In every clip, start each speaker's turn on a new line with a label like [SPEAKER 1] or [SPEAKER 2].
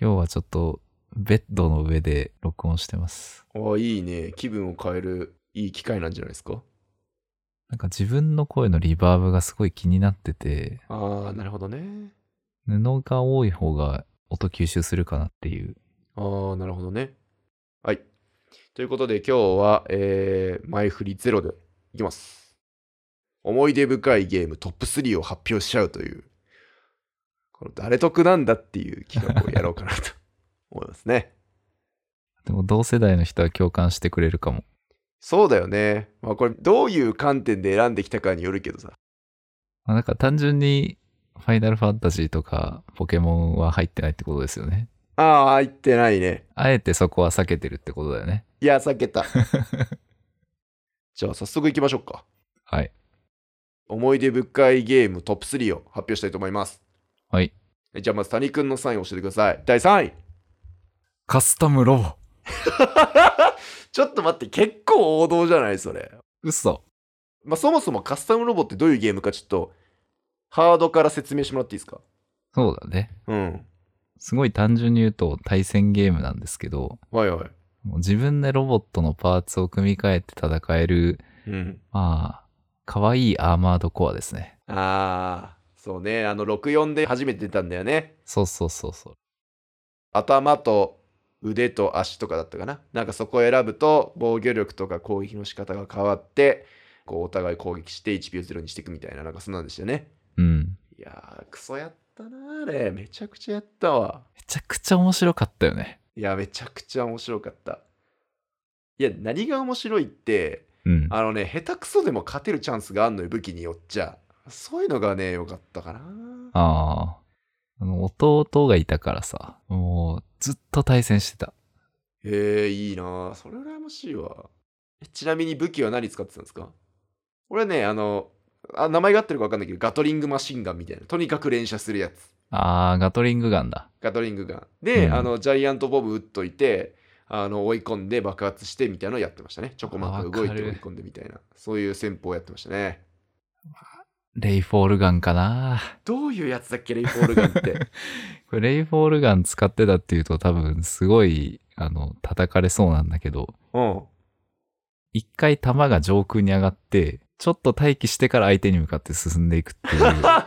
[SPEAKER 1] 今日はちょっとベッドの上で録音してます。
[SPEAKER 2] ああ、いいね。気分を変えるいい機会なんじゃないですか。
[SPEAKER 1] なんか自分の声のリバーブがすごい気になってて、
[SPEAKER 2] ああ、なるほどね。
[SPEAKER 1] 布が多い方が音吸収するかなっていう。
[SPEAKER 2] ああ、なるほどね。はい。ということで今日は、えー、前振りゼロでいきます。思い出深いゲームトップ3を発表しちゃうという、この誰得なんだっていう企画をやろうかなと思いますね。
[SPEAKER 1] でも同世代の人は共感してくれるかも。
[SPEAKER 2] そうだよね。まあこれどういう観点で選んできたかによるけどさ。
[SPEAKER 1] まあ、なんか単純にファイナルファンタジーとかポケモンは入ってないってことですよね。
[SPEAKER 2] ああ、入ってないね。
[SPEAKER 1] あえてそこは避けてるってことだよね。
[SPEAKER 2] いや、避け た。じゃあ早速行きましょうか。
[SPEAKER 1] はい。
[SPEAKER 2] 思い出深いゲームトップ3を発表したいと思います。
[SPEAKER 1] はい。
[SPEAKER 2] えじゃあまず谷くんの3位を教えてください。第3位。
[SPEAKER 1] カスタムロボ。
[SPEAKER 2] ちょっと待って、結構王道じゃないそれ。
[SPEAKER 1] 嘘。
[SPEAKER 2] まあ、そもそもカスタムロボってどういうゲームかちょっとハードから説明してもらっていいですか
[SPEAKER 1] そうだね。
[SPEAKER 2] うん。
[SPEAKER 1] すごい単純に言うと対戦ゲームなんですけど、
[SPEAKER 2] はいはい。
[SPEAKER 1] もう自分でロボットのパーツを組み替えて戦える、
[SPEAKER 2] うん。
[SPEAKER 1] まあ、可愛いアーマードコアですね。
[SPEAKER 2] あー、そうね。あの、64で初めて出たんだよね。
[SPEAKER 1] そうそうそうそう。
[SPEAKER 2] 頭と腕と足とかだったかな。なんかそこを選ぶと防御力とか攻撃の仕方が変わって、こうお互い攻撃して1秒0にしていくみたいな、なんかそんなんでしたよね。
[SPEAKER 1] うん。
[SPEAKER 2] いやー、クソやったな、あれ。めちゃくちゃやったわ。
[SPEAKER 1] めちゃくちゃ面白かったよね。
[SPEAKER 2] いや、めちゃくちゃ面白かった。いや、何が面白いって、
[SPEAKER 1] うん。
[SPEAKER 2] あのね、下手くそでも勝てるチャンスがあんのよ、武器によっちゃ。そういうのがね、良かったかな。
[SPEAKER 1] ああ。あの、弟がいたからさ、もう、ずっと対戦してた。
[SPEAKER 2] へえ、いいなそれ羨ましいわ。えちなみに武器は何使ってたんですか俺ね、あの、あ名前が合ってるか分かんないけど、ガトリングマシンガンみたいな。とにかく連射するやつ。
[SPEAKER 1] ああ、ガトリングガンだ。
[SPEAKER 2] ガトリングガン。で、
[SPEAKER 1] うん
[SPEAKER 2] あの、ジャイアントボブ撃っといて、あの、追い込んで爆発してみたいなのをやってましたね。チョコマンが動
[SPEAKER 1] あわ
[SPEAKER 2] い
[SPEAKER 1] か
[SPEAKER 2] て
[SPEAKER 1] る
[SPEAKER 2] 追い込んでみたいな。そういう戦法をやってましたね。
[SPEAKER 1] レイフォールガンかな。
[SPEAKER 2] どういうやつだっけ、レイフォールガンって。
[SPEAKER 1] これレイフォールガン使ってたっていうと多分すごい、あの、叩かれそうなんだけど、
[SPEAKER 2] うん。
[SPEAKER 1] 一回弾が上空に上がって、ちょっと待機してから相手に向かって進んでいく っていう。
[SPEAKER 2] あ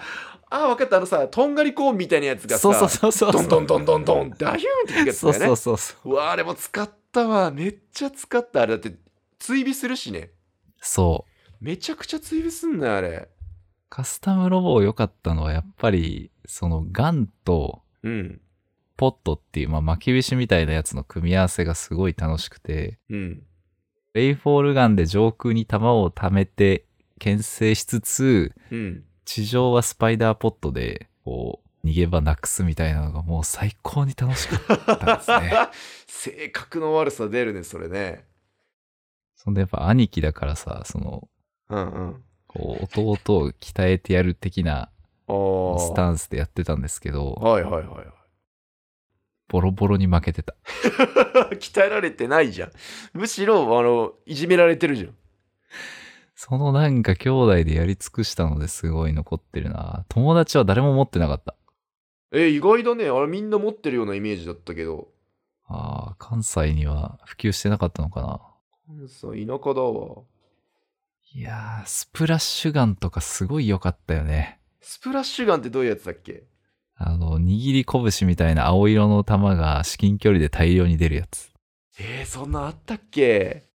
[SPEAKER 2] あ、分かった。あのさ、とんがりコーンみたいなやつがさ、
[SPEAKER 1] そうそうそうそう。
[SPEAKER 2] ドンドンドンドンドンって、あヒューンってやつ
[SPEAKER 1] そ
[SPEAKER 2] だ
[SPEAKER 1] う
[SPEAKER 2] よね。
[SPEAKER 1] そうそうそう。
[SPEAKER 2] うわあれも使ったわめっちゃ使ったあれだって追尾するしね
[SPEAKER 1] そう。
[SPEAKER 2] めちゃくちゃ追尾すんなあれ
[SPEAKER 1] カスタムロボ良かったのはやっぱり、そのガンと
[SPEAKER 2] うん
[SPEAKER 1] ポットっていう、まあ、巻き菱みたいなやつの組み合わせがすごい楽しくて、
[SPEAKER 2] うん
[SPEAKER 1] レイフォールガンで上空に弾を溜めて牽制しつつ、
[SPEAKER 2] うん
[SPEAKER 1] 地上はスパイダーポットで、こう、逃げ場なくすみたいなのがもう最高に楽しかったです ね。
[SPEAKER 2] 性格の悪さ出るねそれね
[SPEAKER 1] そんでやっぱ兄貴だからさ、その、
[SPEAKER 2] うんうん
[SPEAKER 1] こう、弟を鍛えてやる的な
[SPEAKER 2] ああ
[SPEAKER 1] スタンスでやってたんですけど、
[SPEAKER 2] はいはいはいは
[SPEAKER 1] ボロボロに負けてた。
[SPEAKER 2] い 鍛えられてないじゃんむしろあのいじめられてるじゃん
[SPEAKER 1] そのなんか兄弟でやり尽くしたのですごい残ってるな。友達は誰も持ってなかった。
[SPEAKER 2] え意外だねあれみんな持ってるようなイメージだったけど
[SPEAKER 1] ああ、関西には普及してなかったのかな。
[SPEAKER 2] さ田舎だわ
[SPEAKER 1] いやー、スプラッシュガンとかすごい良かったよね。
[SPEAKER 2] スプラッシュガンってどういうやつだっけ
[SPEAKER 1] あの、握り拳みたいな青色の玉が至近距離で大量に出るやつ。
[SPEAKER 2] えー、そんなんあったっけ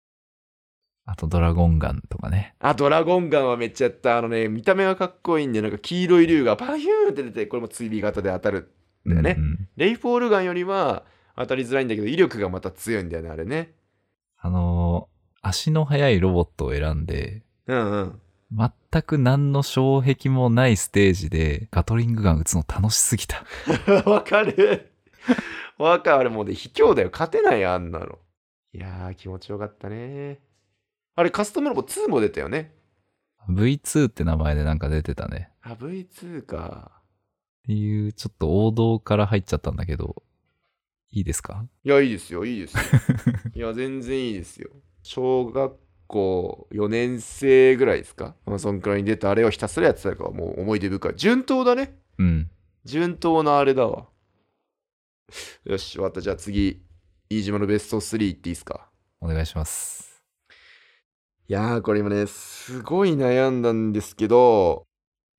[SPEAKER 1] あとドラゴンガンとかね。
[SPEAKER 2] あ、ドラゴンガンはめっちゃやった。あのね、見た目がかっこいいんで、なんか黄色い竜がパヒューンって出て、これも追尾型で当たる。だよね
[SPEAKER 1] うんうん
[SPEAKER 2] レイフォールガンよりは当たりづらいんだけど、威力がまた強いんだよね、あれね。
[SPEAKER 1] あのー足の速いロボットを選んで、
[SPEAKER 2] うんうん。
[SPEAKER 1] 全く何の障壁もないステージでガトリングガン撃つの楽しすぎた。
[SPEAKER 2] わかる。わかる。あれもうね、卑怯だよ。勝てないよ、あんなの。いやー、気持ちよかったね。あれ、カスタムロボ2も出たよね。
[SPEAKER 1] V2 って名前でなんか出てたね。
[SPEAKER 2] あ、V2 か。
[SPEAKER 1] っていう、ちょっと王道から入っちゃったんだけど、いいですか
[SPEAKER 2] いや、いいですよ、いいですよ。いや、全然いいですよ。小学校4年生ぐらいですかまあそんくらいに出たあれをひたすらやってたからもう思い出深い。順当だね。
[SPEAKER 1] うん。
[SPEAKER 2] 順当なあれだわ。よし、終わった。じゃあ次、飯島のベスト3いっていいですか。
[SPEAKER 1] お願いします。
[SPEAKER 2] いやー、これ今ね、すごい悩んだんですけど、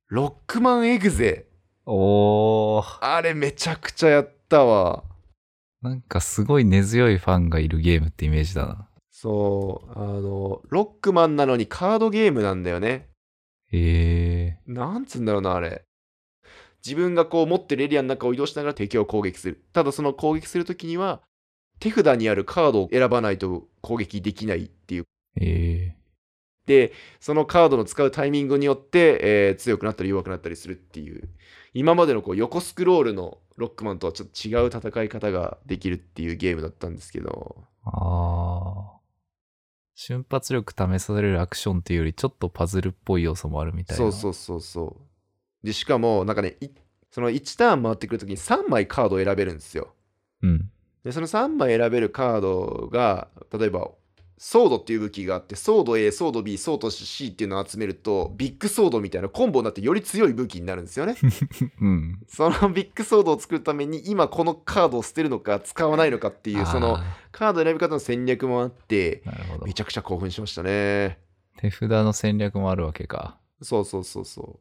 [SPEAKER 2] ロックマンエグゼ。
[SPEAKER 1] おー。
[SPEAKER 2] あれめちゃくちゃやったわ。
[SPEAKER 1] なんかすごい根強いファンがいるゲームってイメージだな。
[SPEAKER 2] そう、あの、ロックマンなのにカードゲームなんだよね。
[SPEAKER 1] へえ。
[SPEAKER 2] なんつうんだろうな、あれ。自分がこう持ってるエリアの中を移動しながら敵を攻撃する。ただその攻撃するときには、手札にあるカードを選ばないと攻撃できないっていう。
[SPEAKER 1] え
[SPEAKER 2] で、そのカードの使うタイミングによって、えー強くなったり弱くなったりするっていう。今までのこう横スクロールのロックマンとはちょっと違う戦い方ができるっていうゲームだったんですけど。
[SPEAKER 1] ー。あー。瞬発力試されるアクションっていうよりちょっとパズルっぽい要素もあるみたいな。
[SPEAKER 2] そうそうそうそう。で、しかも、なんかね、いその1ターン回ってくるときに3枚カードを選べるんですよ。
[SPEAKER 1] う。うん。
[SPEAKER 2] で、その3枚選べるカードが、例えば、ソードっていう武器があって、ソード A、ソード B、ソード C っていうのを集めると、ビッグソードみたいなコンボになってより強い武器になるんですよね。
[SPEAKER 1] うん。
[SPEAKER 2] そのビッグソードを作るために、今このカードを捨てるのか、使わないのかっていう、その
[SPEAKER 1] あ
[SPEAKER 2] カード選び方の戦略もあって、
[SPEAKER 1] ー。なるほど
[SPEAKER 2] め。ちゃくちゃ興奮しましたね。
[SPEAKER 1] 手札の戦略もあるわけか。
[SPEAKER 2] そうそうそうそ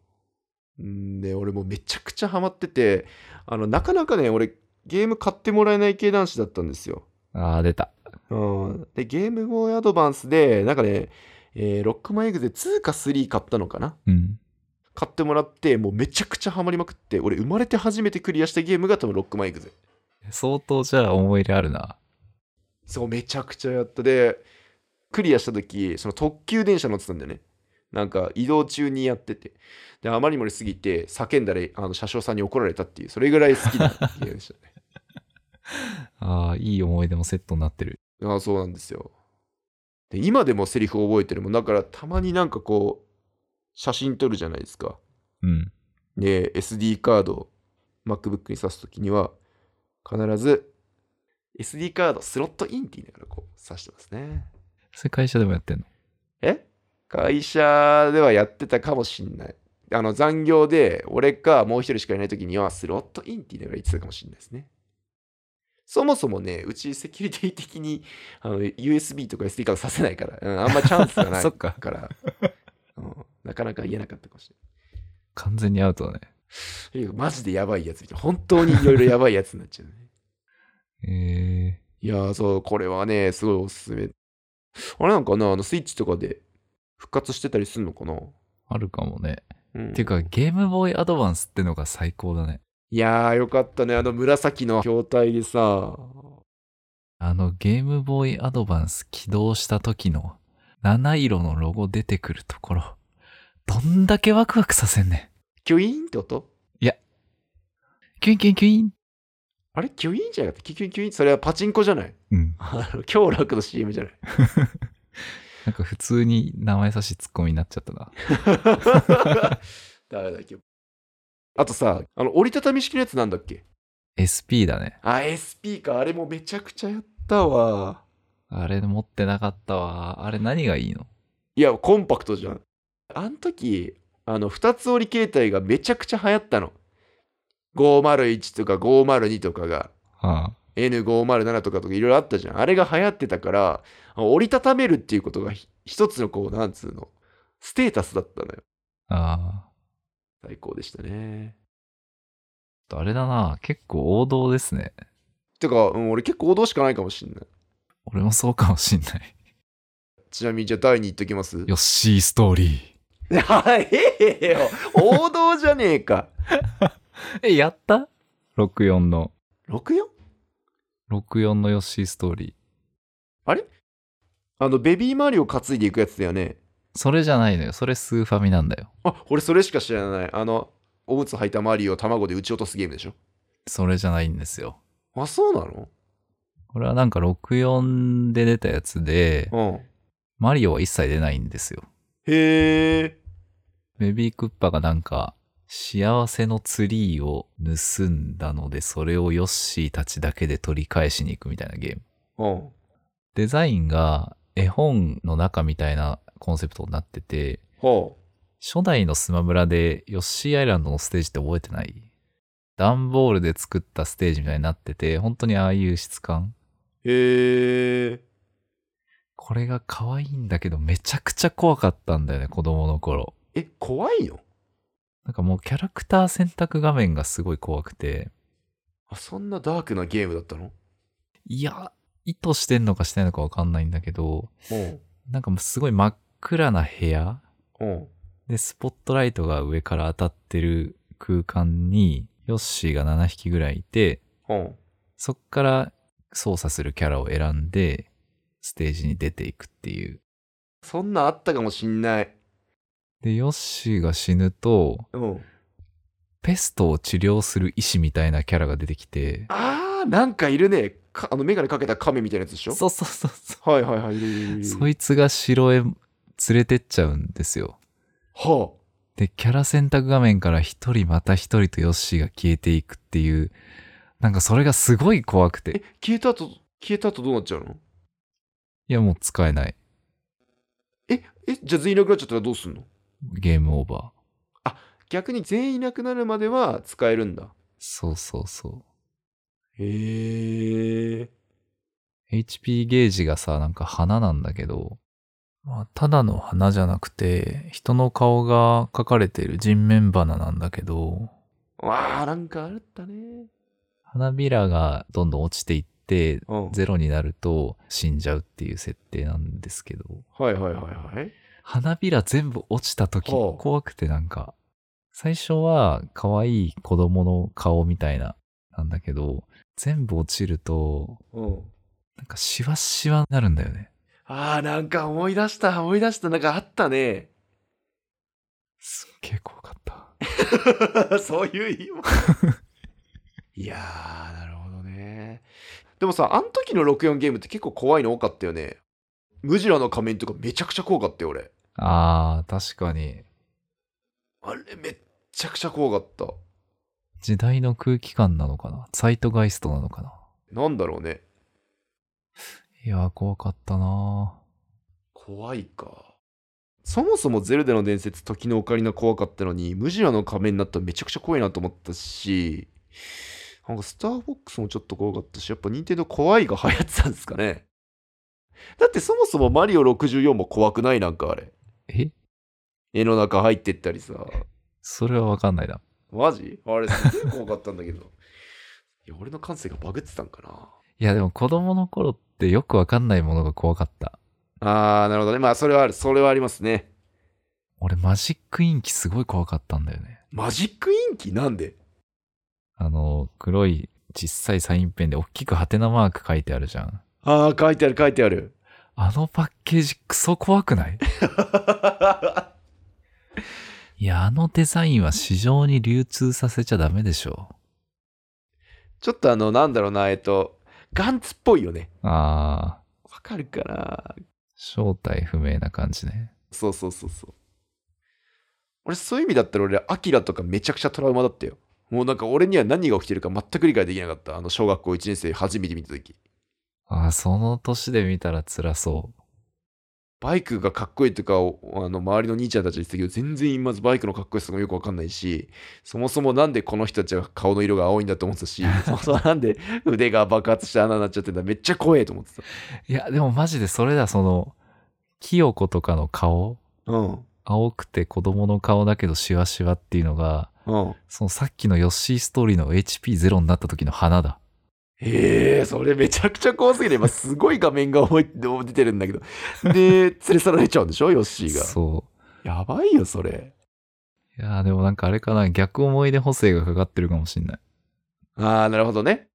[SPEAKER 2] う。んで、俺もうめちゃくちゃハマってて、あの、なかなかね、俺、ゲーム買ってもらえない系男子だったんですよ。
[SPEAKER 1] あー、出た。
[SPEAKER 2] うん。で、ゲームボーイアドバンスで、なんかね、えーロックマンエグゼ2か3買ったのかな
[SPEAKER 1] うん。
[SPEAKER 2] 買ってもらって、もうめちゃくちゃハマりまくって、俺、生まれて初めてクリアしたゲームが多分ロックマンエグゼ。
[SPEAKER 1] 相当じゃあ思い入れあるな。
[SPEAKER 2] そう、めちゃくちゃやった。で、クリアした時その特急電車乗ってたんだよね。なんか移動中にやってて。で、あまりにもりすぎて、叫んだらあの車掌さんに怒られたっていう、それぐらい好きなゲームでしたね。
[SPEAKER 1] あー、いい思い出もセットになってる。
[SPEAKER 2] ああ、そうなんですよ。で、今でもセリフ覚えてるもん。だから、たまになんかこう、写真撮るじゃないですか。
[SPEAKER 1] うん。
[SPEAKER 2] で、SD カードを MacBook に挿すときには、必ず、SD カードスロットインって言いながらこう挿してますね。
[SPEAKER 1] それ会社でもやってんの
[SPEAKER 2] え会社ではやってたかもしんない。あの残業で俺かもう一人しかいない時にはスロットインって言いながら言ってたかもしれないですね。そもそもね、うちセキュリティ的にあの USB とか SD カードさせないから、うんあんまチャンスがな い
[SPEAKER 1] そっか
[SPEAKER 2] から、うんなかなか言えなかったかもしれ
[SPEAKER 1] 完全にアウトだね。
[SPEAKER 2] ないいや。マジでやばいやつみたいな。本当にいろいろやばいやつになっちゃうね。
[SPEAKER 1] ええ。
[SPEAKER 2] いやー、そう、これはね、すごいおすすめ。あれなんかな、あのスイッチとかで復活してたりするのかな、
[SPEAKER 1] あるかもね。
[SPEAKER 2] うん、
[SPEAKER 1] っていうか、ゲームボーイアドバンスってのが最高だね。
[SPEAKER 2] いやーよかったねあの紫の筐体でさ
[SPEAKER 1] あの、ゲームボーイアドバンス起動した時の、七色のロゴ出てくるところ、どんだけワクワクさせんね
[SPEAKER 2] キュイーンって音
[SPEAKER 1] ん。キュインキュインキュイン。
[SPEAKER 2] あれキュイーンじゃなかったキュキュインキュイーンそれはパチンコじゃない
[SPEAKER 1] うん。
[SPEAKER 2] あの強楽の CM じゃない
[SPEAKER 1] なんか普通に名前差しツッコミになっちゃったな。
[SPEAKER 2] ダメだけどあとさあの折りたたみ式のやつなんだっけ
[SPEAKER 1] SP だね。
[SPEAKER 2] あ SP かあれもめちゃくちゃやったわ
[SPEAKER 1] あれ持ってなかったわ。あれ何がいいの
[SPEAKER 2] いやコンパクトじゃんあの時あの2つ折り携帯がめちゃくちゃ流行ったの501とか502とかが
[SPEAKER 1] は
[SPEAKER 2] N507 とかとかいろいろあったじゃん。あれが流行ってたから、折りたためるっていうことがひ一つのこう、なんつうの、ステータスだったのよ。
[SPEAKER 1] あ、あ
[SPEAKER 2] 最高でしたね。
[SPEAKER 1] あ。あれだな。結構王道ですね。
[SPEAKER 2] てか、うん、俺結構王道しかないかもしんない。
[SPEAKER 1] 俺もそうかもしんない。
[SPEAKER 2] ちなみにじゃあ第2いっときます
[SPEAKER 1] よっしーストーリ
[SPEAKER 2] はい、ええよ。王道じゃねえか。
[SPEAKER 1] ー。え、やった ?64 の。
[SPEAKER 2] 64?
[SPEAKER 1] 64のヨッシーストーリ
[SPEAKER 2] あの、ベビーマリオ担いでいくやつだよね。
[SPEAKER 1] ー。それじゃないのよ。それスーファミなんだよ。
[SPEAKER 2] あ、俺それしか知らない。あの、おむつ履いたマリオを卵で撃ち落とすゲームでしょ。
[SPEAKER 1] それじゃないんですよ。
[SPEAKER 2] あ、そうなの
[SPEAKER 1] これはなんか64で出たやつで、
[SPEAKER 2] うん。
[SPEAKER 1] マリオは一切出ないんですよ。
[SPEAKER 2] へえ。
[SPEAKER 1] ベビークッパがなんか、幸せのツリーを盗んだので、それをヨッシーたちだけで取り返しに行くみたいなゲーム。
[SPEAKER 2] うん。
[SPEAKER 1] デザインが絵本の中みたいなコンセプトになってて、
[SPEAKER 2] ほう。
[SPEAKER 1] 初代のスマブラでヨッシーアイランドのステージって覚えてない段ボールで作ったステージみたいになってて、本当にああいう質感。
[SPEAKER 2] へえ。
[SPEAKER 1] これが可愛いんだけど、めちゃくちゃ怖かったんだよね、子供の頃。
[SPEAKER 2] え、怖いの
[SPEAKER 1] なんかもうキャラクター選択画面がすごい怖くて、
[SPEAKER 2] あ、そんなダークなゲームだったの
[SPEAKER 1] いや、意図してんのかしてないのかわかんないんだけど、
[SPEAKER 2] うん。
[SPEAKER 1] なんかもうすごい真っ暗な部屋
[SPEAKER 2] うん。
[SPEAKER 1] で、スポットライトが上から当たってる空間に、ヨッシーが7匹ぐらいいて、
[SPEAKER 2] うん。
[SPEAKER 1] そっから操作するキャラを選んで、ステージに出ていくっていう。
[SPEAKER 2] そんなあったかもしんない。
[SPEAKER 1] で、ヨッシーが死ぬと、
[SPEAKER 2] うん。
[SPEAKER 1] ペストを治療する医師みたいなキャラが出てきて、
[SPEAKER 2] あー、なんかいるね。かあの、メガネかけた亀みたいなやつでしょ
[SPEAKER 1] そうそうそうそ。
[SPEAKER 2] はいはいはい。いるいるいるいうる
[SPEAKER 1] そいつが城へ連れてっちゃうんですよ。
[SPEAKER 2] は
[SPEAKER 1] で、キャラ選択画面から一人また一人とヨッシーが消えていくっていう、なんかそれがすごい怖く
[SPEAKER 2] あ。え
[SPEAKER 1] て、、
[SPEAKER 2] 消えた後、消えた後どうなっちゃうの
[SPEAKER 1] いやもう使えない。
[SPEAKER 2] え、え、じゃあ全員いなくなっちゃったらどうすんの
[SPEAKER 1] ゲームオーバー。
[SPEAKER 2] 逆に全員いなくなるまでは使えるんだ。
[SPEAKER 1] そうそうそう。
[SPEAKER 2] へえ。
[SPEAKER 1] HP ゲージがさ、なんか花なんだけど、
[SPEAKER 3] まあ、ただの花じゃなくて、人の顔が描かれている人面花なんだけど、
[SPEAKER 2] わあ、なんかあったね。
[SPEAKER 1] 花びらがどんどん落ちていって、
[SPEAKER 2] うん。
[SPEAKER 1] ゼロになると死んじゃうっていう設定なんですけど、
[SPEAKER 2] はいはいはいはい。
[SPEAKER 1] 花びら全部落ちた時
[SPEAKER 2] ほう
[SPEAKER 1] 怖くてなんか、最初は可愛い子供の顔みたいな、なんだけど、全部落ちると、
[SPEAKER 2] うん。
[SPEAKER 1] なんかシワシワになるんだよね。
[SPEAKER 2] ああ、なんか思い出した、思い出した、なんかあったね。
[SPEAKER 1] すっげえ怖かった。
[SPEAKER 2] そういう意味も。いやー、なるほどね。でもさ、あの時の64ゲームって結構怖いの多かったよね。ムジラの仮面とかめちゃくちゃ怖かったよ、俺。
[SPEAKER 1] あー、確かに。
[SPEAKER 2] あれ、めっちゃくちゃ怖かった。
[SPEAKER 1] 時代の空気感なのかなサイトガイストなのかな
[SPEAKER 2] なんだろうね。
[SPEAKER 1] いやー、怖かったなー
[SPEAKER 2] 怖いか。そもそもゼルダの伝説、時のオカリナ怖かったのに、ムジラの仮面になったらめちゃくちゃ怖いなと思ったし、なんかスターフォックスもちょっと怖かったし、やっぱ任天堂怖いが流行ってたんですかね。だってそもそもマリオ64も怖くないなんかあれ。
[SPEAKER 1] え
[SPEAKER 2] 絵の中入ってったりさ。
[SPEAKER 1] それはわかんないな。
[SPEAKER 2] マジあれすげえ怖かったんだけど。い や、俺の感性がバグってたんかな。
[SPEAKER 1] いや、でも子供の頃ってよくわかんないものが怖かった。
[SPEAKER 2] あー、なるほどね。まあ、それはある。それはありますね。
[SPEAKER 1] 俺、マジックインキすごい怖かったんだよね。
[SPEAKER 2] マジックインキなんで
[SPEAKER 1] あの、黒い小さいサインペンで大きくハテナマーク書いてあるじゃん。
[SPEAKER 2] あー、書いてある書いてある。
[SPEAKER 1] あのパッケージクソ怖く ないいや、あのデザインは市場に流通させちゃダメでしょ。
[SPEAKER 2] ちょっとあの、なんだろうな、えっと、ガンツっぽいよね。
[SPEAKER 1] あー、
[SPEAKER 2] わかるかな
[SPEAKER 1] 正体不明な感じね。
[SPEAKER 2] そうそうそうそう。俺、そういう意味だったら俺、アキラとかめちゃくちゃトラウマだったよ。もうなんか俺には何が起きてるか全く理解できなかった。あの、小学校1年生初めて見た時
[SPEAKER 1] あー、その年で見たら辛そう。
[SPEAKER 2] バイクがかっこいいとかを、あの、周りの兄ちゃんたちに言ってたけど、全然まずバイクのかっこよさがよくわかんないし、そもそもなんでこの人たちは顔の色が青いんだと思ってたし、そもそもなんで腕が爆発して穴になっちゃってんだめっちゃ怖えと思ってた。
[SPEAKER 1] いや、でもマジでそれだ、その、キヨコとかの顔
[SPEAKER 2] うん。
[SPEAKER 1] 青くて子供の顔だけどシワシワっていうのが、
[SPEAKER 2] うん。
[SPEAKER 1] そのさっきのヨッシーストーリーの HP0 になった時の花だ。
[SPEAKER 2] ええそれめちゃくちゃ怖すぎて、今すごい画面が思い出てるんだけど。 で、連れ去られちゃうんでしょ、ヨッシーが。
[SPEAKER 1] そう。
[SPEAKER 2] やばいよ、それ。
[SPEAKER 1] いやーでもなんかあれかな、逆思い出補正がかかってるかもしんない。
[SPEAKER 2] ああ、なるほどね。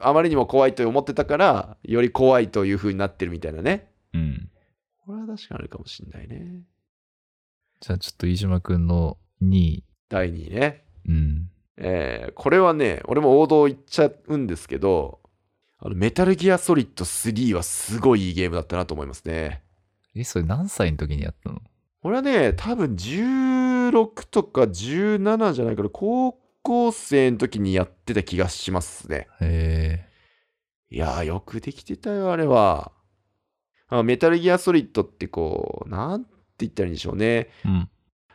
[SPEAKER 2] あまりにも怖いと思ってたから、より怖いという風になってるみたいなね。
[SPEAKER 1] うん。
[SPEAKER 2] これは確かにあるかもしんないね。
[SPEAKER 1] じゃあちょっと飯島くんの2位。
[SPEAKER 2] 第2位ね。
[SPEAKER 1] うん。
[SPEAKER 2] えーこれはね、俺も王道言っちゃうんですけど、あのメタルギアソリッド3はすごいいいゲームだったなと思いますね。
[SPEAKER 1] え、それ何歳の時にやったの
[SPEAKER 2] 俺はね、多分16とか17じゃないから、高校生の時にやってた気がしますね。
[SPEAKER 1] へ
[SPEAKER 2] いやー、よくできてたよ、あれは。あメタルギアソリッドってこう、なんて言ったらいいんでしょうね。
[SPEAKER 1] え。うん。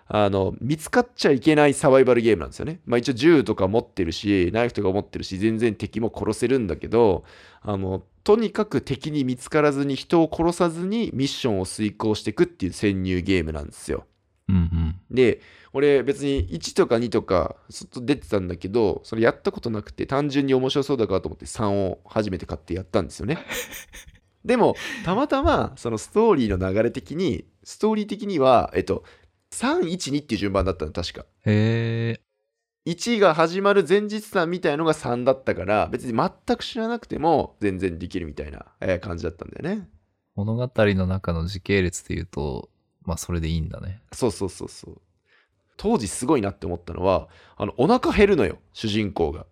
[SPEAKER 2] あの、見つかっちゃいけないサバイバルゲームなんですよね。まあ一応銃とか持ってるし、ナイフとか持ってるし、全然敵も殺せるんだけど、あの、とにかく敵に見つからずに人を殺さずにミッションを遂行していくっていう潜入ゲームなんですよ。
[SPEAKER 1] うん
[SPEAKER 2] で、俺別に1とか2とかずっと出てたんだけど、それやったことなくて単純に面白そうだからと思って3を初めて買ってやったんですよね。でも、たまたまそのストーリーの流れ的に、ストーリー的には、えっと、3、1、2っていう順番だったの、確か。
[SPEAKER 1] うん。へえ。
[SPEAKER 2] 1が始まる前日談みたいのが3だったから、別に全く知らなくても全然できるみたいなえー感じだったんだよね。
[SPEAKER 1] 物語の中の時系列で言うと、まあそれでいいんだね。
[SPEAKER 2] そうそうそうそう。当時すごいなって思ったのは、あの、お腹減るのよ、主人公が。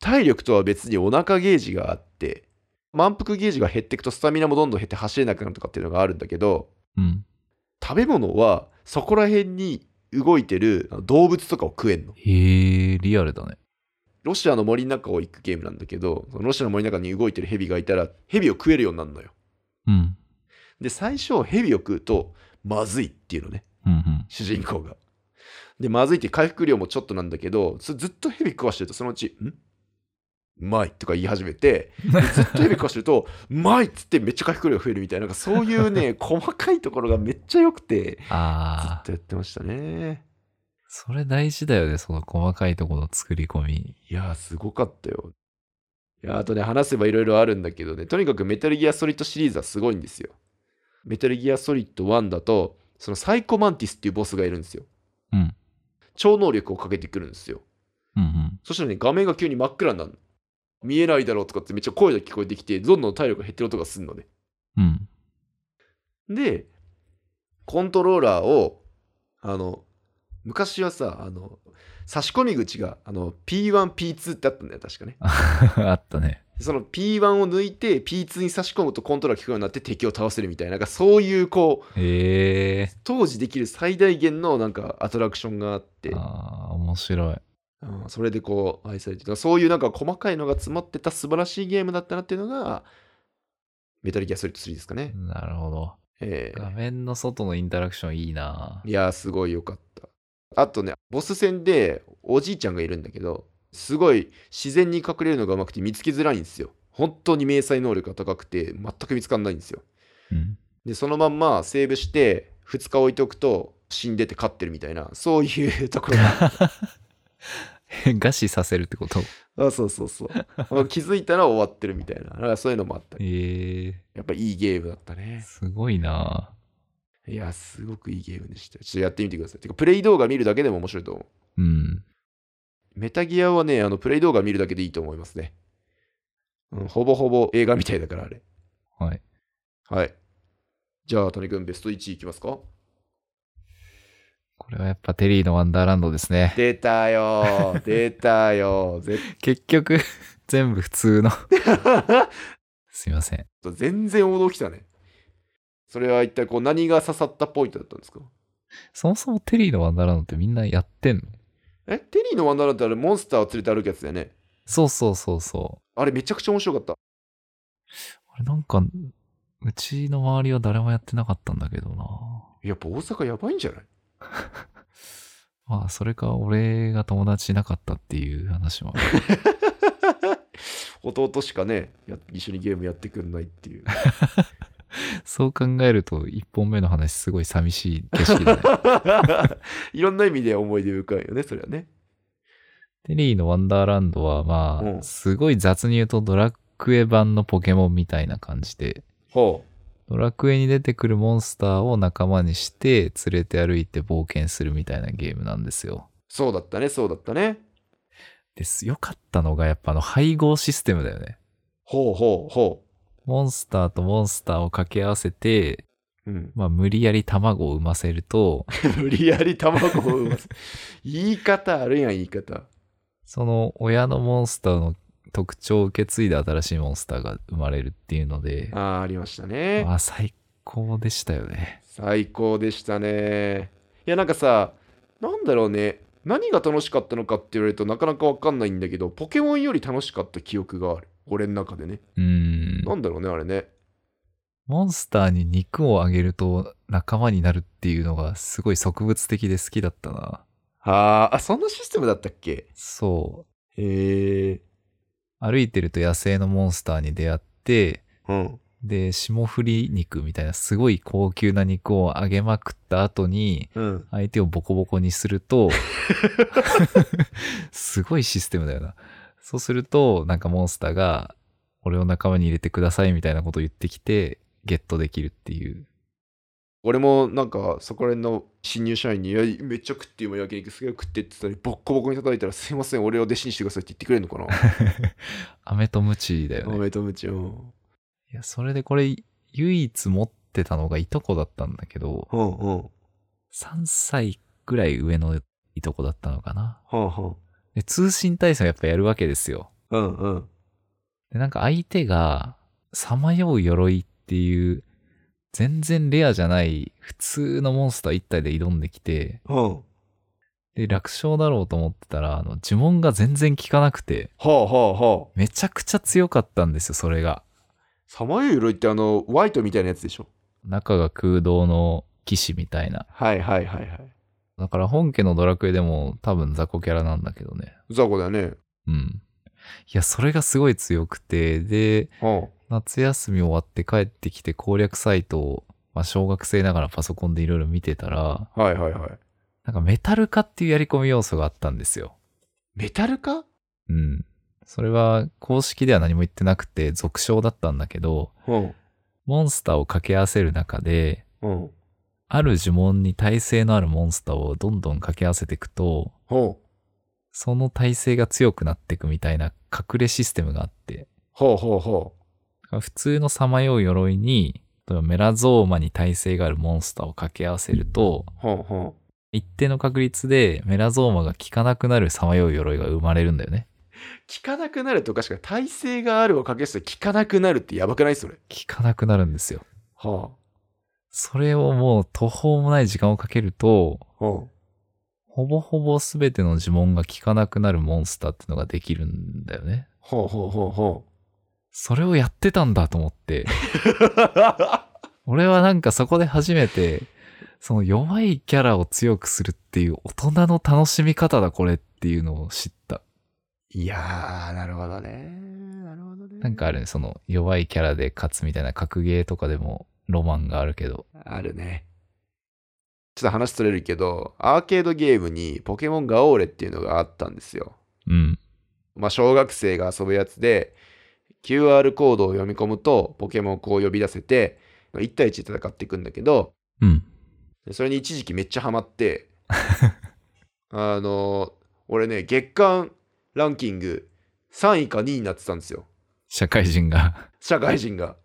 [SPEAKER 2] 体力とは別にお腹ゲージがあって、満腹ゲージが減っていくとスタミナもどんどん減って走れなくなるとかっていうのがあるんだけど、
[SPEAKER 1] うん。
[SPEAKER 2] 食べ物はそこら辺に動いてるあの動物とかを食えんの。
[SPEAKER 1] へえ、リアルだね。
[SPEAKER 2] ロシアの森の中を行くゲームなんだけど、そのロシアの森の中に動いてるヘビがいたら、ヘビを食えるようになるのよ。
[SPEAKER 1] うん。
[SPEAKER 2] で、最初ヘビを食うと、まずいっていうのね。
[SPEAKER 1] うんうん。
[SPEAKER 2] 主人公が。で、まずいって回復量もちょっとなんだけど、ずずっとヘビ食わしてると、そのうち、んうまいとか言い始めて、でずっとヘビ食わしてると、 うまいっつってめっちゃ回復量が増えるみたいな、なんかそうい うね、細かいところがめっちゃ良くて、ず
[SPEAKER 1] あ
[SPEAKER 2] っ
[SPEAKER 1] あ、
[SPEAKER 2] とやってましたね。
[SPEAKER 1] それ大事だよね、その細かいところの作り込み。
[SPEAKER 2] いやー、すごかったよ。いやーあとね、話せばいろいろあるんだけどね、とにかくメタルギアソリッドシリーズはすごいんですよ。メタルギアソリッド1だと、そのサイコマンティスっていうボスがいるんですよ。
[SPEAKER 1] うん。
[SPEAKER 2] 超能力をかけてくるんですよ。
[SPEAKER 1] うんうん。
[SPEAKER 2] そしたらね、画面が急に真っ暗になるの。見えないだろうとかってめっちゃ声が聞こえてきて、どんどん体力が減ってる音がするのね。
[SPEAKER 1] うん。
[SPEAKER 2] で、コントローラーを、あの、昔はさ、あの、差し込み口が、あの、P1、P2 ってあったんだよ、確かね。
[SPEAKER 1] あったね。
[SPEAKER 2] その P1 を抜いて、P2 に差し込むとコントローラーが効くようになって敵を倒せるみたいな、なんかそういう、こう、
[SPEAKER 1] へえ。
[SPEAKER 2] 当時できる最大限のなんかアトラクションがあって、
[SPEAKER 1] ああ、面白い。
[SPEAKER 2] うんそれでこう愛されてたそういうなんか細かいのが詰まってた素晴らしいゲームだったなっていうのがメタルギアソリッド3ですかね、
[SPEAKER 1] なるほど。
[SPEAKER 2] えー
[SPEAKER 1] 画面の外のインタラクションいいない
[SPEAKER 2] やーすごい良かったあとねボス戦でおじいちゃんがいるんだけどすごい自然に隠れるのがうまくて見つけづらいんですよ本当に迷彩能力が高くて全く見つかんないんですよ
[SPEAKER 1] うん。
[SPEAKER 2] でそのまんまセーブして2日置いておくと死んでて勝ってるみたいなそういうところが
[SPEAKER 1] 餓死させるってこと
[SPEAKER 2] あそうそうそう気づいたら終わってるみたいななんかそういうのもあったり
[SPEAKER 1] ええ
[SPEAKER 2] やっぱいいゲームだったね。
[SPEAKER 1] すごいない
[SPEAKER 2] や、すごくいいゲームでした。ちょっとやってみてください。てか、プレイ動画見るだけでも面白いと思う。
[SPEAKER 1] うん。
[SPEAKER 2] メタギアはね、あのプレイ動画見るだけでいいと思いますね。うん、ほぼほぼ映画みたいだから、あれ。
[SPEAKER 1] はい。
[SPEAKER 2] はい。じゃあ、谷君、ベスト1いきますか
[SPEAKER 1] これはやっぱテリーのワンダーランドですね。
[SPEAKER 2] 出たよー出たよー絶
[SPEAKER 1] 結局、 全部普通の。すいません。
[SPEAKER 2] 対 全然驚きたね。それは一体こう何が刺さったポイントだったんですか
[SPEAKER 1] そもそもテリーのワンダーランドってみんなやってんの
[SPEAKER 2] え、テリーのワンダーランドってあれ、モンスターを連れて歩くやつだよね。
[SPEAKER 1] そうそうそうそ
[SPEAKER 2] あれ、めちゃくちゃ面白かった。
[SPEAKER 1] う。あれなんか、うちの周りは誰もやってなかったんだけどな
[SPEAKER 2] やっぱ大阪やばいんじゃない
[SPEAKER 1] まあ、それか俺が友達いなかったっていう話 もある。
[SPEAKER 2] 弟しかねや一緒にゲームやってくんないっていう
[SPEAKER 1] そう考えると、一本目の話すごい寂しい景色だ ね。
[SPEAKER 2] いろんな意味で思い出深いよねそれはね
[SPEAKER 1] テリーのワンダーランドは、ま
[SPEAKER 2] うん
[SPEAKER 1] あ、すごい雑に言うとドラクエ版のポケモンみたいな感じで、
[SPEAKER 2] ほ
[SPEAKER 1] ドラクエに出てくるモンスターを仲間にして連れて歩いて冒険するみたいなゲームなんですよ。
[SPEAKER 2] うそうだったねそうだったね
[SPEAKER 1] です。良かったのがやっぱあの配合システムだよね。
[SPEAKER 2] ほうほうほ
[SPEAKER 1] モンスターとモンスターを掛け合わせて、
[SPEAKER 2] う、うん、
[SPEAKER 1] まあ無理やり卵を産ませると、
[SPEAKER 2] 無理やり卵を産ます 言い方あるやん言い方
[SPEAKER 1] その親のモンスターの特徴を受け継いで新しいモンスターが生まれるっていうので、
[SPEAKER 2] あーありましたね
[SPEAKER 1] まあ最高でしたよね。
[SPEAKER 2] 最高でしたねいやなんかさなんだろうね何が楽しかったのかって言われるとなかなかわかんないんだけどポケモンより楽しかった記憶がある俺の中でね
[SPEAKER 1] うーん。
[SPEAKER 2] なんだろうねあれね
[SPEAKER 1] モンスターに肉をあげると仲間になるっていうのがすごい植物的で好きだったな。
[SPEAKER 2] あーあ、そんなシステムだったっけ
[SPEAKER 1] そう。
[SPEAKER 2] へえ。
[SPEAKER 1] 歩いてると野生のモンスターに出会って、
[SPEAKER 2] うん。
[SPEAKER 1] で、霜降り肉みたいなすごい高級な肉をあげまくった後に、
[SPEAKER 2] うん。
[SPEAKER 1] 相手をボコボコにすると、すごいシステムだよな。そうすると、なんかモンスターが、俺を仲間に入れてくださいみたいなことを言ってきて、ゲットできるっていう。
[SPEAKER 2] 俺もなんかそこら辺の新入社員にいやめっちゃ食ってうまい焼肉すげえ食ってって言ったりボッコボコに叩いたらすいません俺を弟子にしてくださいって言ってくれるのか な
[SPEAKER 1] 飴とムチだよ
[SPEAKER 2] お
[SPEAKER 1] ね。
[SPEAKER 2] めでとうむちうん
[SPEAKER 1] いや、それでこれ、唯一持ってたのがいとこだったんだけど、
[SPEAKER 2] うんうんは
[SPEAKER 1] 3歳ぐらい上のいとこだったのかな。
[SPEAKER 2] あは
[SPEAKER 1] で通信対戦をやっぱやるわけですよ。
[SPEAKER 2] あうんうん
[SPEAKER 1] で、なんか相手が、さまよう鎧っていう、全然レアじゃない、普通のモンスター一体で挑んできて、
[SPEAKER 2] うんは
[SPEAKER 1] で、楽勝だろうと思ってたら、あの、呪文が全然効かなくて、
[SPEAKER 2] あはあはあ
[SPEAKER 1] めちゃくちゃ強かったんですよ、それが。
[SPEAKER 2] さまよい鎧ってあのワイトみたいなやつでしょ
[SPEAKER 1] 中が空洞の騎士みたいな。
[SPEAKER 2] はいはいはいはい
[SPEAKER 1] だから本家のドラクエでも多分雑魚キャラなんだけどね。
[SPEAKER 2] 雑魚だよね
[SPEAKER 1] うん。いや、それがすごい強くて、で、
[SPEAKER 2] は
[SPEAKER 1] 夏休み終わって帰ってきて攻略サイトを、まあ、小学生ながらパソコンでいろいろ見てたら、
[SPEAKER 2] あはいはいはい
[SPEAKER 1] なんかメタル化っていうやり込み要素があったんですよ。
[SPEAKER 2] メタル化
[SPEAKER 1] うん。それは公式では何も言ってなくて、俗称だったんだけど、
[SPEAKER 2] うん
[SPEAKER 1] モンスターを掛け合わせる中で、
[SPEAKER 2] うんは
[SPEAKER 1] ある呪文に耐性のあるモンスターをどんどん掛け合わせていくと、
[SPEAKER 2] あは
[SPEAKER 1] その耐性が強くなっていくみたいな隠れシステムがあって、
[SPEAKER 2] あはあは
[SPEAKER 1] 普通のさまよう鎧に、例えばメラゾーマに耐性があるモンスターを掛け合わせると、
[SPEAKER 2] あはあはあ
[SPEAKER 1] 一定の確率でメラゾーマが効かなくなるさまよう鎧が生まれるんだよね。
[SPEAKER 2] 効かなくなるとかしか耐性があるをかけして効かなくなるってやばくないそれ
[SPEAKER 1] 効かなくなるんですよ。
[SPEAKER 2] は
[SPEAKER 1] それをもう途方もない時間をかけると、
[SPEAKER 2] あはあ
[SPEAKER 1] ほぼほぼ全ての呪文が効かなくなるモンスターってのができるんだよね。
[SPEAKER 2] ほうほうほうほ
[SPEAKER 1] それをやってたんだと思って、
[SPEAKER 2] う。
[SPEAKER 1] 俺はなんかそこで初めて、その弱いキャラを強くするっていう大人の楽しみ方だこれっていうのを知った。
[SPEAKER 2] いやー、なるほどね。なるほどね。
[SPEAKER 1] なんかあるね、その弱いキャラで勝つみたいな格ゲーとかでもロマンがあるけど。
[SPEAKER 2] あるね。ちょっと話取れるけど、アーケードゲームにポケモンガオーレっていうのがあったんですよ。
[SPEAKER 1] うん。
[SPEAKER 2] まあ、小学生が遊ぶやつで、QR コードを読み込むと、ポケモンをこう呼び出せて、1対1で戦っていくんだけど、
[SPEAKER 1] うん。
[SPEAKER 2] でそれに一時期めっちゃハマって、あの俺ね、月間ランキング3位か2位になってたんですよ。
[SPEAKER 1] 社会人が。
[SPEAKER 2] 社会人が。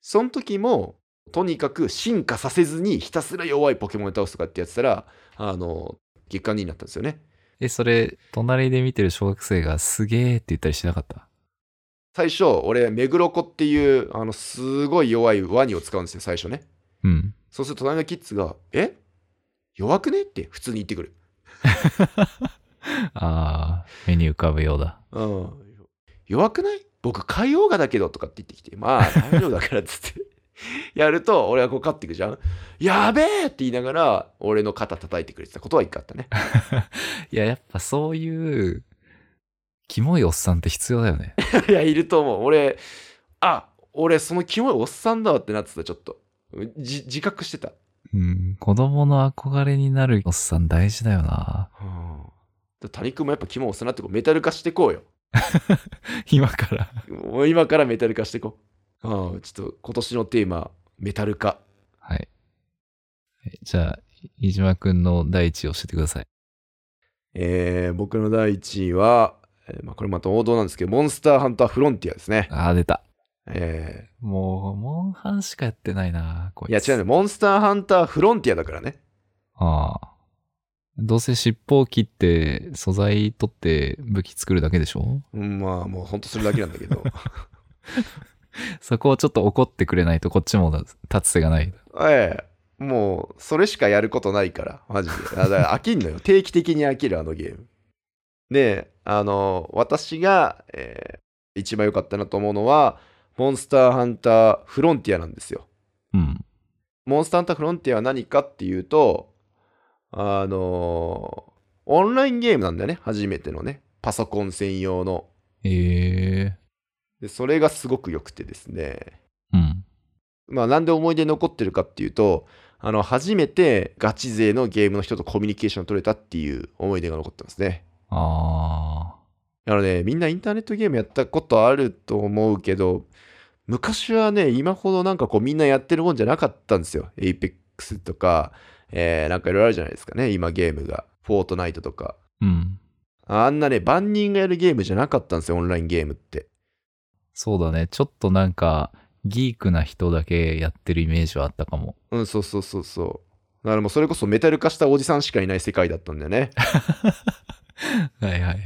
[SPEAKER 2] その時も、とにかく進化させずにひたすら弱いポケモンを倒すとかってやってたら、あの、月間2位になったんですよね。
[SPEAKER 1] え、それ、隣で見てる小学生がすげーって言ったりしなかった
[SPEAKER 2] 最初、俺、メグロコっていう、あの、すごい弱いワニを使うんですよ、最初ね。
[SPEAKER 1] うん。
[SPEAKER 2] そうすると隣のキッズが、え弱くねって普通に言ってくる。
[SPEAKER 1] あー、目に浮かぶようだ。
[SPEAKER 2] うん。弱くない僕、海王がだけどとかって言ってきて、まあ、大丈夫だからっつって。 やると、俺はこう勝っていくじゃん。やべえって言いながら、俺の肩叩いてくれてたことは一回あったね。
[SPEAKER 1] いや、やっぱそういう、キモいおっさんって必要だよね。
[SPEAKER 2] いや、いると思う。俺、あ、俺、そのキモいおっさんだわってなってた、ちょっと。じ自覚してた。
[SPEAKER 1] うん。子供の憧れになるおっさん大事だよな。
[SPEAKER 2] うん。谷君もやっぱキモいおっさんになってこうメタル化してこうよ。
[SPEAKER 1] 今から。
[SPEAKER 2] もう今からメタル化してこう。うん、ちょっと今年のテーマ、メタル化。
[SPEAKER 1] はい。えじゃあ、飯島くんの第一位教えてください。
[SPEAKER 2] えー、僕の第1位は、えーまあ、これまた王道なんですけど、モンスターハンターフロンティアですね。
[SPEAKER 1] あー、出た。
[SPEAKER 2] え
[SPEAKER 1] もう、モンハンしかやってないな、こ
[SPEAKER 2] ー、いや違うね、モンスターハンターフロンティアだからね。
[SPEAKER 1] ああ。どうせ尻尾を切って、素材取って武器作るだけでしょ
[SPEAKER 2] うん、まあもうほんとそれだけなんだけど。
[SPEAKER 1] そこをちょっと怒ってくれないとこっちも立つ瀬がない。
[SPEAKER 2] ええ、もう、それしかやることないから、マジで。あだから飽きんのよ。定期的に飽きる、あのゲーム。で、あの、私が、えー一番良かったなと思うのは、モンスターハンターフロンティアなんですよ。
[SPEAKER 1] うん。
[SPEAKER 2] モンスターハンターフロンティアは何かっていうと、あのーオンラインゲームなんだよね、初めてのね。パソコン専用の。
[SPEAKER 1] ええ
[SPEAKER 2] でそれがすごく良くてですね。
[SPEAKER 1] うん。
[SPEAKER 2] まあ、なんで思い出に残ってるかっていうと、あの、初めてガチ勢のゲームの人とコミュニケーション取れたっていう思い出が残ってますね。
[SPEAKER 1] あ
[SPEAKER 2] あのね、みんなインターネットゲームやったことあると思うけど、昔はね、今ほどなんかこうみんなやってるもんじゃなかったんですよ。Apex とか、えー、なんかいろいろあるじゃないですかね、今ゲームが。フォートナイトとか。
[SPEAKER 1] ー。うん。
[SPEAKER 2] あんなね、万人がやるゲームじゃなかったんですよ、オンラインゲームって。
[SPEAKER 1] そうだね。ちょっとなんか、ギークな人だけやってるイメージはあったかも。
[SPEAKER 2] うん、そうそうそうそう。だからもうそれこそメタル化したおじさんしかいない世界だったんだよね。
[SPEAKER 1] はいはい。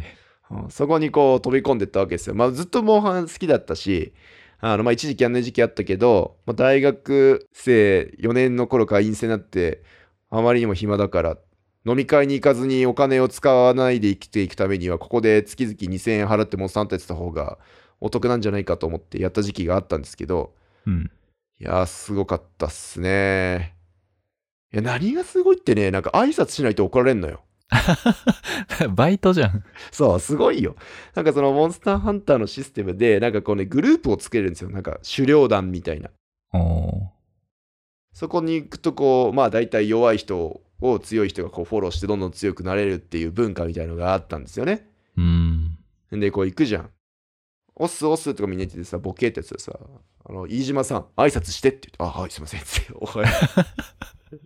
[SPEAKER 2] うんそこにこう飛び込んでったわけですよ。まあずっとモンハン好きだったし、あのまあ一時期やんない時期あったけど、まあ、大学生4年の頃から陰性になって、あまりにも暇だから、飲み会に行かずにお金を使わないで生きていくためには、ここで月々2000円払ってモンスターハンターやってた方がお得なんじゃないかと思ってやった時期があったんですけど、
[SPEAKER 1] うん。
[SPEAKER 2] いやー、すごかったっすね。いや、何がすごいってね、なんか挨拶しないと怒られんのよ。
[SPEAKER 1] バイトじゃん。
[SPEAKER 2] そう、すごいよ。なんかそのモンスターハンターのシステムで、なんかこうね、グループを作れるんですよ。なんか狩猟団みたいな。
[SPEAKER 1] お
[SPEAKER 2] そこに行くとこう、まあ大体弱い人を強い人がこうフォローしてどんどん強くなれるっていう文化みたいのがあったんですよね。
[SPEAKER 1] ーうん。
[SPEAKER 2] で、こう行くじゃん。オスオスとかみんな言っててさ、ボケってやつでさ、あの、飯島さん、挨拶してって言って、あ、はい、すいませんって、 おはよう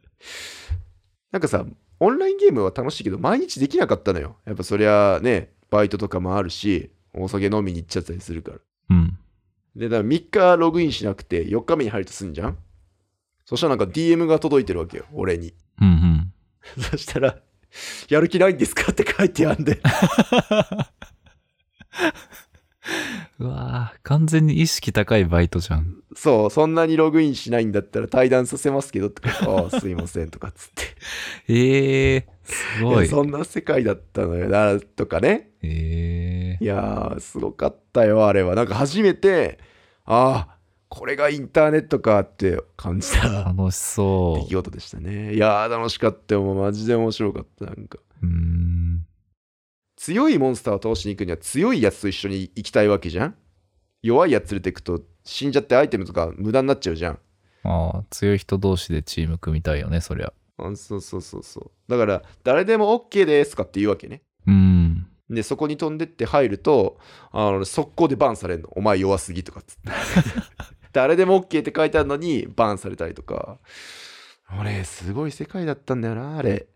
[SPEAKER 2] なんかさ、オンラインゲームは楽しいけど、毎日できなかったのよ。やっぱそりゃね、バイトとかもあるし、お酒飲みに行っちゃったりするから。
[SPEAKER 1] うん。
[SPEAKER 2] で、だから3日ログインしなくて、4日目に入るとすんじゃんそしたらなんか DM が届いてるわけよ、俺に。
[SPEAKER 1] うんうん。
[SPEAKER 2] そしたら、やる気ないんですかって書いてあんで。
[SPEAKER 1] うわー完全に意識高いバイトじゃん。
[SPEAKER 2] そう、そんなにログインしないんだったら対談させますけどって ことああ、すいませんとかっつって。
[SPEAKER 1] ええー、すごい。
[SPEAKER 2] そんな世界だったのよな、とかね。
[SPEAKER 1] ええ
[SPEAKER 2] いやー、すごかったよ、あれは。なんか初めて、ああ、これがインターネットかって感じた
[SPEAKER 1] 楽し そ
[SPEAKER 2] 出来事でしたね。いやー、楽しかったよ。もうマジで面白かった。なんか。
[SPEAKER 1] う。うーん。
[SPEAKER 2] 強いモンスターを倒しに行くには強いやつと一緒に行きたいわけじゃん弱いやつ連れてくと死んじゃってアイテムとか無駄になっちゃうじゃん
[SPEAKER 1] ああ、強い人同士でチーム組みたいよね、そりゃ。
[SPEAKER 2] あそうそうそうそうだから誰でも OK ですとかって言うわけね
[SPEAKER 1] うん。
[SPEAKER 2] でそこに飛んでって入るとあの速攻でバンされるのお前弱すぎとかっつって誰でも OK って書いてあるのにバンされたりとか俺すごい世界だったんだよなあれ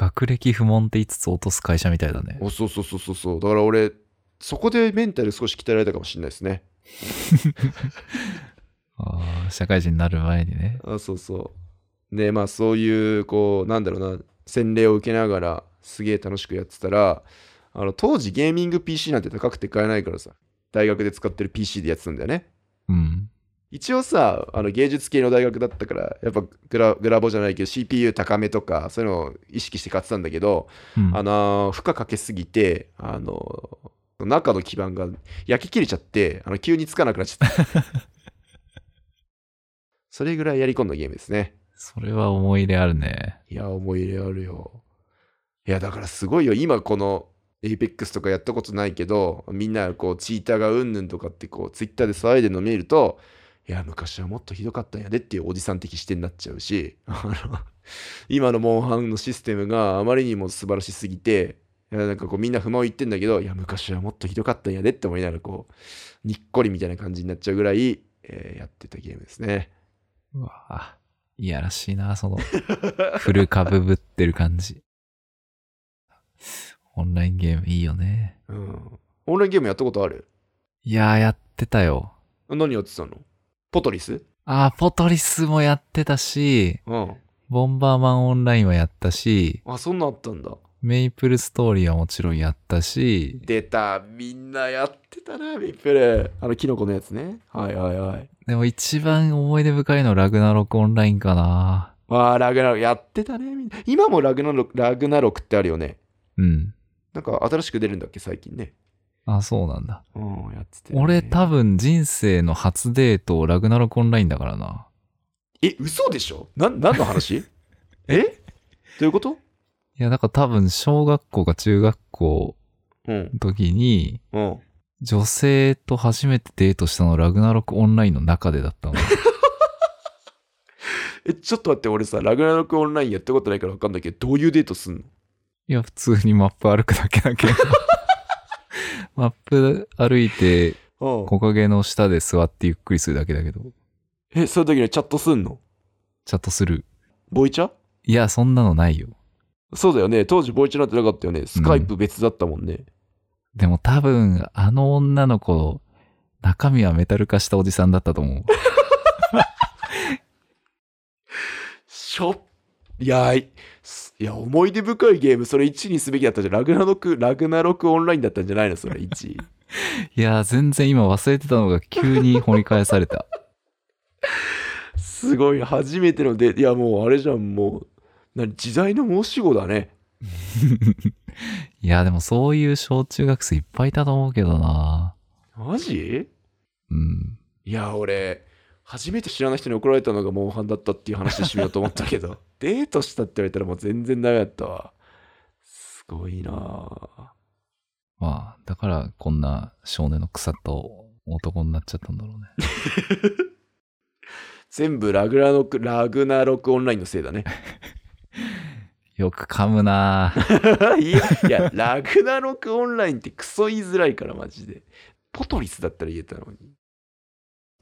[SPEAKER 1] 学歴不問って言いつつ落とす会社みたいだね。
[SPEAKER 2] おそうそうそうそうそうだから俺そこでメンタル少し鍛えられたかもしれないですね
[SPEAKER 1] ああ、社会人になる前にね。
[SPEAKER 2] あそうそうでまあそういうこうなんだろうな洗礼を受けながらすげえ楽しくやってたらあの当時ゲーミング PC なんて高くて買えないからさ大学で使ってる PC でやってたんだよね
[SPEAKER 1] うん。
[SPEAKER 2] 一応さあの芸術系の大学だったからやっぱグラグラボじゃないけど CPU 高めとかそういうのを意識して買ってたんだけど、
[SPEAKER 1] うん、
[SPEAKER 2] あのー負荷かけすぎてあのー中の基板が焼き切れちゃってあの急につかなくなっちゃった それぐらいやり込んだゲームですね
[SPEAKER 1] それは思い入れあるね。
[SPEAKER 2] いや、思い入れあるよ。いや、だからすごいよ。今この APEX とかやったことないけど、みんなこう、チーターがうんぬんとかってこう、ツイッターで騒いでるの見ると、いや、昔はもっとひどかったんやでっていうおじさん的視点になっちゃうし、 あの、今のモンハンのシステムがあまりにも素晴らしすぎて、いやなんかこうみんな不満を言ってんだけど、いや、昔はもっとひどかったんやでって思いながら、こう、にっこりみたいな感じになっちゃうぐらい、えーやってたゲームですね。
[SPEAKER 1] うわあ、いやらしいな、その、古株ぶってる感じ。 オンラインゲームいいよね。
[SPEAKER 2] うん。オンラインゲームやったことある
[SPEAKER 1] いやー、やってたよ。
[SPEAKER 2] 何やってたのポトリス
[SPEAKER 1] ああ、ポトリスもやってたし、
[SPEAKER 2] うん。
[SPEAKER 1] ボンバーマンオンラインはやったし、
[SPEAKER 2] あ、そんなんあったんだ。
[SPEAKER 1] メイプルストーリーはもちろんやったし、
[SPEAKER 2] 出た。みんなやってたな、ミップル。あの、キノコのやつね。はいはいはい。
[SPEAKER 1] でも一番思い出深いのはラグナロクオンラインかな。
[SPEAKER 2] あー、ラグナロク。やってたね、みんな。今もラグナロク、ラグナロクってあるよね。
[SPEAKER 1] うん。
[SPEAKER 2] なんか、新しく出るんだっけ、最近ね。
[SPEAKER 1] あ、そうなんだ。
[SPEAKER 2] うん、やってて、
[SPEAKER 1] 俺多分人生の初デートラグナロクオンラインだからな。
[SPEAKER 2] え、嘘でしょなん、何の話えどういうこと
[SPEAKER 1] いや、だから多分小学校か中学校
[SPEAKER 2] うん、
[SPEAKER 1] の時に、
[SPEAKER 2] うん。
[SPEAKER 1] 女性と初めてデートしたのラグナロクオンラインの中でだ ったの。
[SPEAKER 2] え、ちょっと待って、俺さ、ラグナロクオンラインやったことないから分かんないけど、どういうデートすんの
[SPEAKER 1] いや、普通にマップ歩くだけだけ ど。マップ歩いて、
[SPEAKER 2] う
[SPEAKER 1] 木陰の下で座ってゆっくりするだけだけど、
[SPEAKER 2] ん。え、そういう時にチャットすんの
[SPEAKER 1] チャットする。
[SPEAKER 2] ボイチャ
[SPEAKER 1] いや、そんなのないよ。
[SPEAKER 2] そうだよね。当時ボイチャなんてなかったよね。スカイプ別だったもんね。
[SPEAKER 1] でも多分、あの女の子、中身はメタル化したおじさんだったと思う。
[SPEAKER 2] しょっいやい、すいや、思い出深いゲーム、それ1にすべきだったじゃん。ラグナロク、ラグナロクオンラインだったんじゃないのそれ1。
[SPEAKER 1] い やー、全然今忘れてたのが急に掘り返された。
[SPEAKER 2] すごい、初めてのデート。いや、もうあれじゃん、もう、何、時代の申し子だね。
[SPEAKER 1] いやー、でもそういう小中学生いっぱいいたと思うけどな。
[SPEAKER 2] マジ
[SPEAKER 1] うん。
[SPEAKER 2] いや、俺、初めて知らない人に怒られたのがモンハンだったっていう話してみようと思ったけ ど、デートしたって言われたらもう全然ダメだったわ。すごいなあ
[SPEAKER 1] まあ、だからこんな少年の腐った男になっちゃったんだろうね。
[SPEAKER 2] 全部ラグナロク、ラグナロクオンラインのせいだね。
[SPEAKER 1] よく噛むなー
[SPEAKER 2] いや、いやラグナロクオンラインってクソ言いづらいから、マジで。ポトリスだったら言えたのに。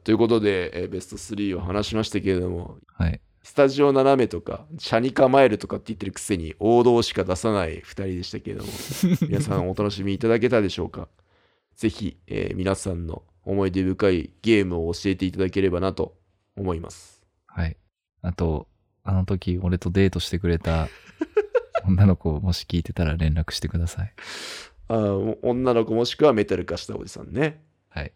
[SPEAKER 2] ということで、えーベスト3を話しましたけれども、
[SPEAKER 1] はい。
[SPEAKER 2] スタジオ斜めとか、車に構えるとかって言ってるくせに、王道しか出さない2人でしたけれど も、皆さんお楽しみいただけたでしょうか。ぜひ、えー皆さんの思い出深いゲームを教えていただければなと思います。
[SPEAKER 1] はい。あと、あの時俺とデートしてくれた女の子、もし聞いてたら連絡してください。
[SPEAKER 2] あー女の子もしくはメタル化したおじさんね。
[SPEAKER 1] はい。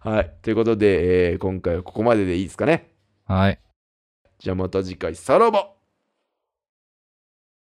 [SPEAKER 2] はい。ということで、えー今回はここまででいいですかね。
[SPEAKER 1] はい。
[SPEAKER 2] じゃあまた次回、さらば